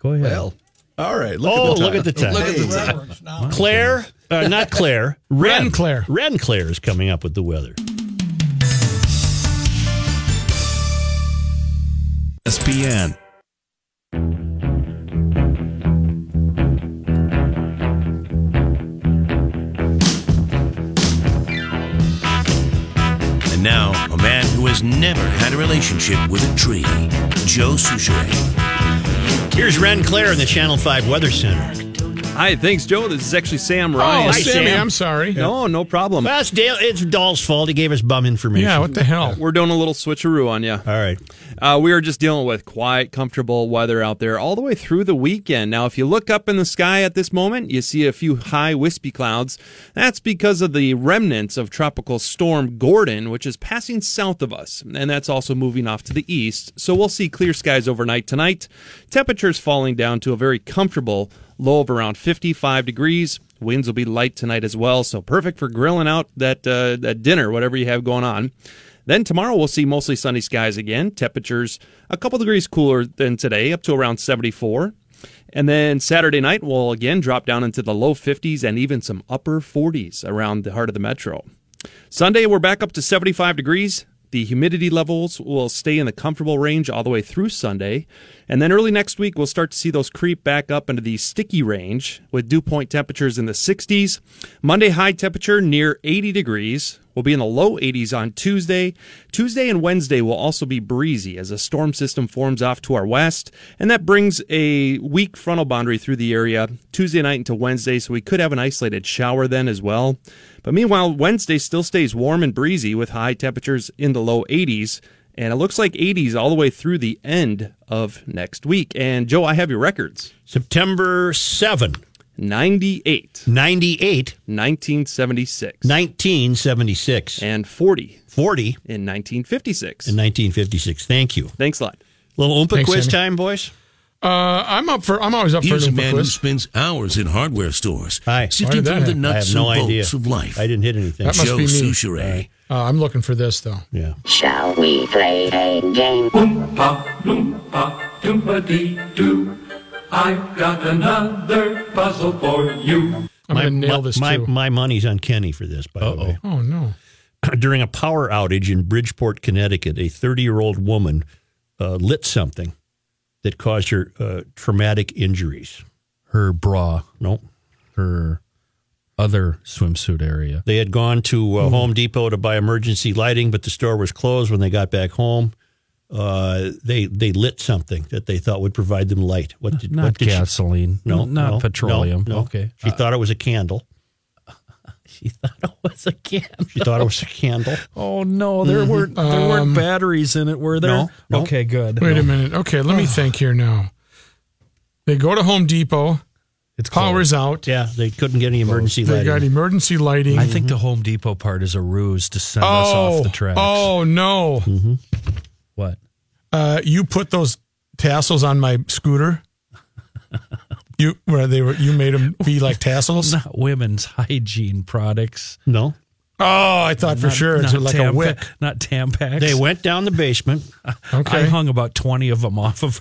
Speaker 1: Go ahead.
Speaker 9: Well,
Speaker 3: All right. Look
Speaker 1: oh,
Speaker 3: at the
Speaker 1: look at the time.
Speaker 9: look at the time.
Speaker 11: Reverence now.
Speaker 1: Claire, uh, not Claire, Ren,
Speaker 2: Claire.
Speaker 1: Ren Claire is coming up with the weather.
Speaker 12: E ESPN. And now, a man who has never had a relationship with a tree, Joe Souchere.
Speaker 1: Here's Ren Claire in the Channel 5 Weather Center.
Speaker 13: Hi, thanks, Joe. This is actually Sam Ryan.
Speaker 2: oh,
Speaker 1: hi,
Speaker 2: Sammy,
Speaker 1: Sam.
Speaker 2: I'm sorry.
Speaker 13: No, no problem.
Speaker 1: Well, it's, Dale, it's Dahl's fault. He gave us bum information.
Speaker 2: Yeah, what the hell?
Speaker 13: We're doing a little switcheroo on you.
Speaker 1: All right.
Speaker 13: Uh, we are just dealing with quiet, comfortable weather out there all the way through the weekend. Now, if you look up in the sky at this moment, you see a few high, wispy clouds. That's because of the remnants of Tropical Storm Gordon, which is passing south of us, and that's also moving off to the east. So we'll see clear skies overnight tonight. Temperatures falling down to a very comfortable low of around 55 degrees. Winds will be light tonight as well, so perfect for grilling out that uh, that dinner, whatever you have going on. Then tomorrow we'll see mostly sunny skies again. Temperatures a couple degrees cooler than today, up to around 74. And then Saturday night we'll again drop down into the low 50s and even some upper 40s around the heart of the metro. Sunday we're back up to 75 degrees. The humidity levels will stay in the comfortable range all the way through Sunday. And then early next week, we'll start to see those creep back up into the sticky range with dew point temperatures in the 60s. Monday, high temperature near 80 degrees. We'll be in the low 80s on Tuesday. Tuesday and Wednesday will also be breezy as a storm system forms off to our west. And that brings a weak frontal boundary through the area Tuesday night into Wednesday. So we could have an isolated shower then as well. But meanwhile, Wednesday still stays warm and breezy with high temperatures in the low 80s. And it looks like 80s all the way through the end of next week. And Joe, I have your records
Speaker 1: September 7,
Speaker 13: 98,
Speaker 1: 98,
Speaker 13: 1976,
Speaker 1: 1976,
Speaker 13: and 40
Speaker 1: 40 in
Speaker 13: in 1956.
Speaker 1: 1956. Thank you.
Speaker 13: Thanks a lot.
Speaker 1: Little Oompa
Speaker 2: Thanks,
Speaker 1: quiz
Speaker 2: Sammy.
Speaker 1: time, boys.
Speaker 2: Uh, I'm up for. I'm always up for
Speaker 12: Here's a
Speaker 2: an Oompa
Speaker 12: man who
Speaker 2: quiz.
Speaker 12: spends hours in hardware stores,
Speaker 1: Hi.
Speaker 2: Why
Speaker 12: sifting
Speaker 2: did that
Speaker 12: through the
Speaker 2: happen?
Speaker 1: I
Speaker 12: nuts
Speaker 1: have no
Speaker 12: and bolts
Speaker 1: idea.
Speaker 12: of life.
Speaker 1: I didn't hit anything.
Speaker 2: That must
Speaker 12: Joe
Speaker 2: be me.
Speaker 12: Souchere.
Speaker 2: Uh, I'm looking for this though.
Speaker 1: yeah.
Speaker 8: Shall we play a game?
Speaker 11: Oompa, loompa, doompa dee doo. I've got another puzzle for you.
Speaker 2: I'm gonna nail this
Speaker 1: my,
Speaker 2: too.
Speaker 1: my money's on Kenny for this, by the way.
Speaker 2: oh no.
Speaker 1: During a power outage in Bridgeport, Connecticut, a 30 year old woman uh, lit something that caused her uh, traumatic injuries.
Speaker 9: Her bra,
Speaker 1: No,
Speaker 9: her other swimsuit area. Hmm.
Speaker 1: They had gone to uh, Home Depot to buy emergency lighting, but the store was closed when they got back home. Uh, they they lit something that they thought would provide them light. What did, what
Speaker 9: Not
Speaker 1: did she-
Speaker 9: gasoline.
Speaker 1: no,
Speaker 9: not
Speaker 1: no,
Speaker 9: petroleum.
Speaker 1: no, no.
Speaker 9: Okay.
Speaker 1: she
Speaker 4: Uh,
Speaker 1: thought it was a candle.
Speaker 9: She thought it was a candle.
Speaker 1: She thought it was a candle.
Speaker 11: Oh no, there weren't there weren't batteries in it, were there?
Speaker 1: Mm-hmm. no, no.
Speaker 11: Okay, good.
Speaker 2: Um, Wait a minute. Okay, let me think here now. They go to Home Depot.
Speaker 9: It's
Speaker 2: Power's out.
Speaker 1: Yeah, they couldn't get any
Speaker 4: Oh,
Speaker 1: emergency
Speaker 2: They got
Speaker 1: lighting.
Speaker 2: emergency lighting.
Speaker 11: I
Speaker 1: Mm-hmm.
Speaker 11: think the Home Depot part is a ruse to send us
Speaker 2: Oh,
Speaker 11: off the tracks.
Speaker 2: oh no!
Speaker 1: Hmm.
Speaker 11: What?
Speaker 2: Uh, you put those tassels on my scooter. You where they were? You made them be like tassels.
Speaker 11: Not women's hygiene products.
Speaker 1: No,
Speaker 2: Oh, I thought for
Speaker 11: Not-
Speaker 2: sure it's
Speaker 11: not
Speaker 2: like a
Speaker 11: Tampa-
Speaker 2: wick.
Speaker 11: Not Tampax.
Speaker 1: they went down the basement.
Speaker 11: I
Speaker 2: Okay.
Speaker 11: hung about twenty of them off of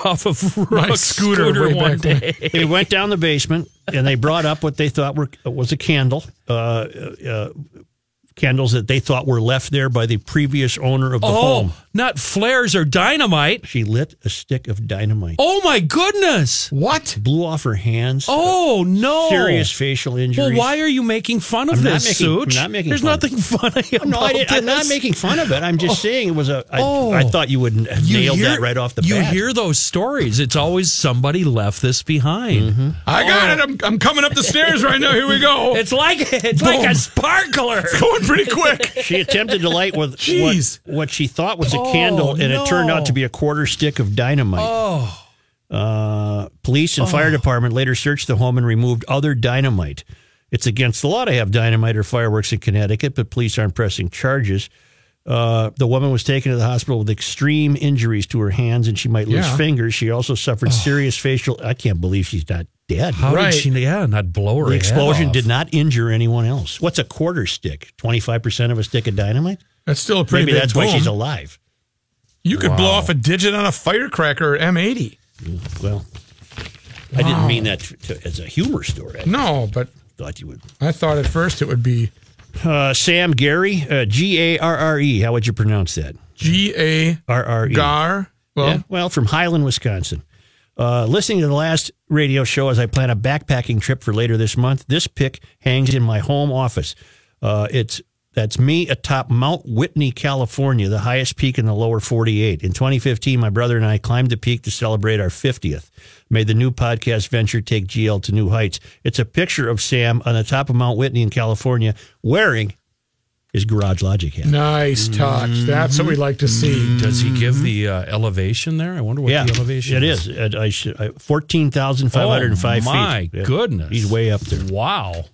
Speaker 11: off of
Speaker 2: My
Speaker 11: Rook's
Speaker 2: scooter
Speaker 11: scooter,
Speaker 2: way
Speaker 11: one
Speaker 2: back when.
Speaker 11: day.
Speaker 1: They went down the basement and they brought up what they thought were was a candle. Uh, uh, candles that they thought were left there by the previous owner of the
Speaker 4: Oh,
Speaker 1: home.
Speaker 4: not flares or dynamite.
Speaker 1: She lit a stick of dynamite.
Speaker 4: Oh my goodness!
Speaker 2: What?
Speaker 1: Blew off her hands.
Speaker 4: Oh no!
Speaker 1: Serious facial injuries.
Speaker 4: Well, why are you making fun of
Speaker 1: I'm not
Speaker 4: this,
Speaker 1: making-
Speaker 4: Such?
Speaker 1: I'm not making
Speaker 4: There's
Speaker 1: fun.
Speaker 4: nothing funny about
Speaker 1: No, I didn't- I'm not
Speaker 4: this.
Speaker 1: making fun of it. I'm just
Speaker 4: Oh.
Speaker 1: saying it was a. I
Speaker 4: Oh.
Speaker 1: I thought you would have
Speaker 4: You
Speaker 1: nailed
Speaker 4: hear-
Speaker 1: that right off the
Speaker 4: You
Speaker 1: bat.
Speaker 4: hear those stories. It's always somebody left this behind.
Speaker 1: Mm-hmm.
Speaker 2: I got it. I'm, I'm coming up the stairs right now. Here we go.
Speaker 4: It's like it's like
Speaker 2: Boom.
Speaker 4: a sparkler.
Speaker 2: It's going pretty quick.
Speaker 1: she attempted to light with
Speaker 2: Jeez.
Speaker 1: what, what she thought was a
Speaker 4: Oh,
Speaker 1: candle, and it turned out to be a quarter stick of dynamite.
Speaker 4: Oh.
Speaker 1: Uh, police and fire department later searched the home and removed other dynamite. It's against the law to have dynamite or fireworks in Connecticut, but police aren't pressing charges. Uh, the woman was taken to the hospital with extreme injuries to her hands, and she might lose
Speaker 4: Yeah.
Speaker 1: fingers. She also suffered serious facial. I can't believe she's not dead.
Speaker 4: How did she? Yeah, not blow her.
Speaker 1: The
Speaker 4: head
Speaker 1: explosion
Speaker 4: off.
Speaker 1: did not injure anyone else. What's a quarter stick? Twenty five percent of a stick of dynamite?
Speaker 2: That's still a pretty
Speaker 1: Maybe
Speaker 2: big
Speaker 1: that's why
Speaker 2: boom.
Speaker 1: she's alive.
Speaker 2: You could blow
Speaker 1: Wow.
Speaker 2: off a digit on a firecracker or M80.
Speaker 1: Well, I didn't
Speaker 2: Wow.
Speaker 1: mean that to, to- as a humor story. I
Speaker 2: No, but
Speaker 1: thought you would.
Speaker 2: I thought at first it would be
Speaker 1: Uh, Sam Gary, uh, G A R R E. How would you pronounce that?
Speaker 2: G A
Speaker 1: R R E.
Speaker 2: Gar. Well,
Speaker 1: Yeah, well, from Highland, Wisconsin. Uh, listening to the last radio show as I plan a backpacking trip for later this month, this pic hangs in my home office. Uh, it's that's me atop Mount Whitney, California, the highest peak in the lower 48. In 2015, my brother and I climbed the peak to celebrate our 50th. Made the new podcast venture take GL to new heights. It's a picture of Sam on the top of Mount Whitney in California wearing his Garage Logic hat.
Speaker 2: nice touch. That's what we like to
Speaker 1: Mm-hmm.
Speaker 2: see.
Speaker 4: Does he give the uh, elevation there? I wonder what
Speaker 1: yeah,
Speaker 4: the elevation
Speaker 1: it
Speaker 4: is.
Speaker 1: is. It- I should, I, 14,505
Speaker 4: Oh,
Speaker 1: feet.
Speaker 4: my
Speaker 1: Yeah.
Speaker 4: goodness.
Speaker 1: He's way up there.
Speaker 4: Wow.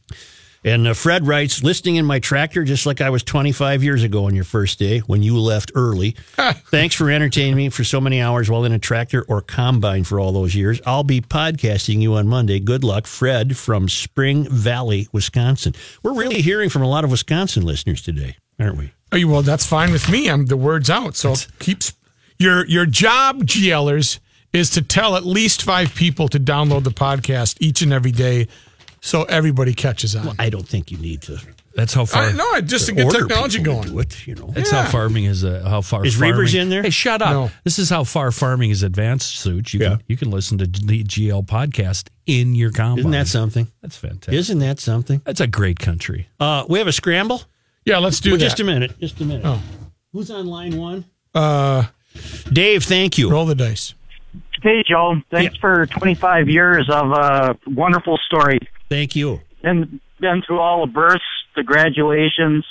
Speaker 1: And uh, Fred writes, listening in my tractor just like I was 25 years ago on your first day when you left early. Thanks for entertaining me for so many hours while in a tractor or combine for all those years. I'll be podcasting you on Monday. Good luck, Fred from Spring Valley, Wisconsin. We're really hearing from a lot of Wisconsin listeners today, aren't we?
Speaker 2: Oh, you- well, that's fine with me. I'm the word's out. So keeps your your job, GLers, is to tell at least five people to download the podcast each and every day, so everybody catches on.
Speaker 1: I don't think you need to.
Speaker 4: That's how far.
Speaker 2: I, no, I- just to get
Speaker 1: order
Speaker 2: technology
Speaker 1: people
Speaker 2: going.
Speaker 1: To do it, you know.
Speaker 4: That's
Speaker 2: Yeah.
Speaker 4: how farming is. Uh, how far
Speaker 1: Is
Speaker 4: farming,
Speaker 1: Reavers in there?
Speaker 4: Hey, shut up!
Speaker 2: No.
Speaker 4: This is how far farming is advanced, Such. You
Speaker 1: Yeah.
Speaker 4: can you can listen to the GL podcast in your combine.
Speaker 1: Isn't that something?
Speaker 4: That's fantastic.
Speaker 1: Isn't that something?
Speaker 4: That's a great country.
Speaker 1: Uh, we have a scramble.
Speaker 2: Yeah, let's do
Speaker 1: Well,
Speaker 2: that.
Speaker 1: just a minute. Just a minute.
Speaker 2: Oh.
Speaker 1: Who's on line one?
Speaker 2: uh,
Speaker 1: Dave, thank you.
Speaker 2: roll the dice.
Speaker 14: Hey, Joe. Thanks for 25 years of a wonderful story.
Speaker 1: Thank you.
Speaker 14: And been through all the births, the graduations,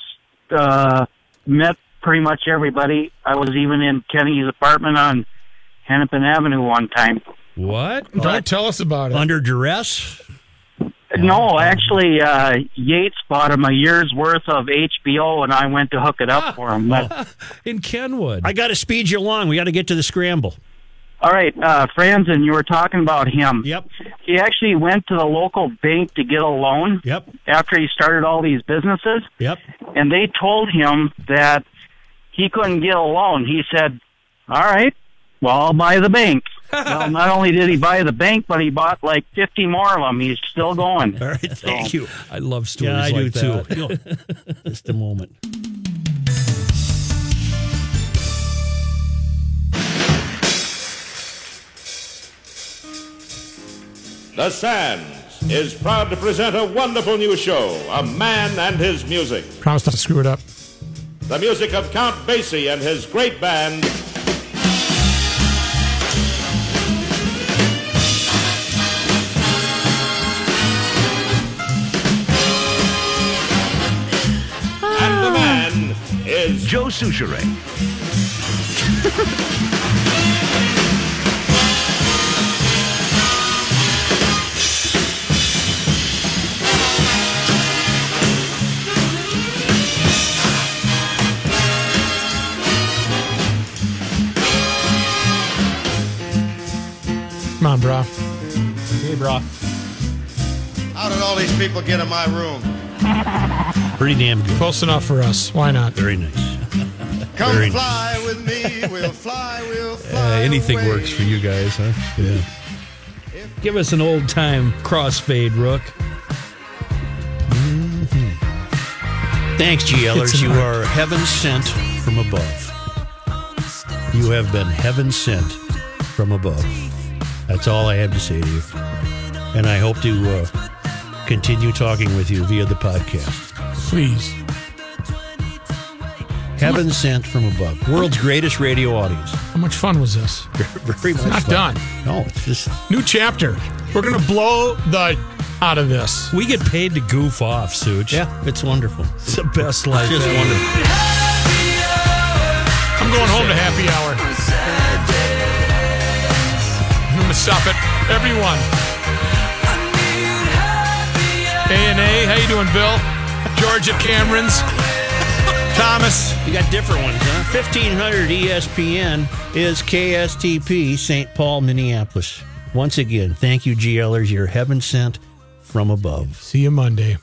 Speaker 14: uh, met pretty much everybody. I was even in Kenny's apartment on Hennepin Avenue one time.
Speaker 4: What?
Speaker 2: Don't tell us about it.
Speaker 1: Under duress.
Speaker 14: No, actually, uh, Yates bought him a year's worth of HBO, and I went to hook it up for him. But,
Speaker 4: In Kenwood.
Speaker 1: I got to speed you along. We got to get to the scramble.
Speaker 14: all right, uh, Franzen, you were talking about him.
Speaker 1: Yep.
Speaker 14: He actually went to the local bank to get a loan
Speaker 1: Yep.
Speaker 14: after he started all these businesses.
Speaker 1: Yep.
Speaker 14: and they told him that he couldn't get a loan. He said, "All right, well, I'll buy the bank." well, not only did he buy the bank, but he bought like fifty more of them. He's still going.
Speaker 1: All right. Thank you.
Speaker 4: I love stories
Speaker 1: Yeah, I
Speaker 4: like
Speaker 1: do
Speaker 4: that.
Speaker 1: too. Yo, Just a moment.
Speaker 15: The Sands is proud to present a wonderful new show, A Man and His Music.
Speaker 2: Promise not to screw it up.
Speaker 15: The music of Count Basie and his great band. And the man is
Speaker 12: Joe Souchere.
Speaker 2: Come on, bro.
Speaker 1: Hey, bro.
Speaker 16: How did all these people get in my room?
Speaker 1: Pretty damn good.
Speaker 2: Close enough for us. Why not?
Speaker 1: Very nice.
Speaker 16: Come
Speaker 1: Very
Speaker 16: fly with me, we'll fly, we'll
Speaker 4: Uh,
Speaker 16: fly.
Speaker 4: anything
Speaker 16: away.
Speaker 4: works for you guys, huh? Yeah. Give us an old time crossfade, Rook.
Speaker 1: Thanks, GLers.
Speaker 9: It's an
Speaker 1: You
Speaker 9: art.
Speaker 1: are heaven sent from above. You have been heaven sent from above. That's all I have to say to you. And I hope to uh, continue talking with you via the podcast.
Speaker 2: Please.
Speaker 1: Heaven sent from above. World's greatest radio audience.
Speaker 2: How much fun was this?
Speaker 1: Very much.
Speaker 2: Not
Speaker 1: fun.
Speaker 2: done.
Speaker 1: No, it's just
Speaker 2: New chapter. We're going to blow the out of this.
Speaker 4: We get paid to goof off, Such.
Speaker 1: Yeah, it's wonderful.
Speaker 4: It's the best life.
Speaker 1: Just
Speaker 4: ever.
Speaker 1: wonderful.
Speaker 2: I'm going home to happy hour. I'm going to stop it. Everyone. A&A, how you doing, Bill? George at Cameron's. Thomas.
Speaker 1: You got different ones, huh? E 1500 ESPN is KSTP, St. Paul, Minneapolis. Once again, thank you, GLers. You're heaven sent from above.
Speaker 2: See you Monday.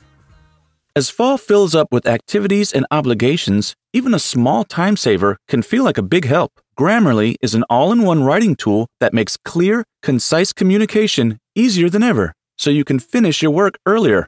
Speaker 17: As fall fills up with activities and obligations, even a small time saver can feel like a big help. Grammarly is an all in one writing tool that makes clear, concise communication easier than ever, so you can finish your work earlier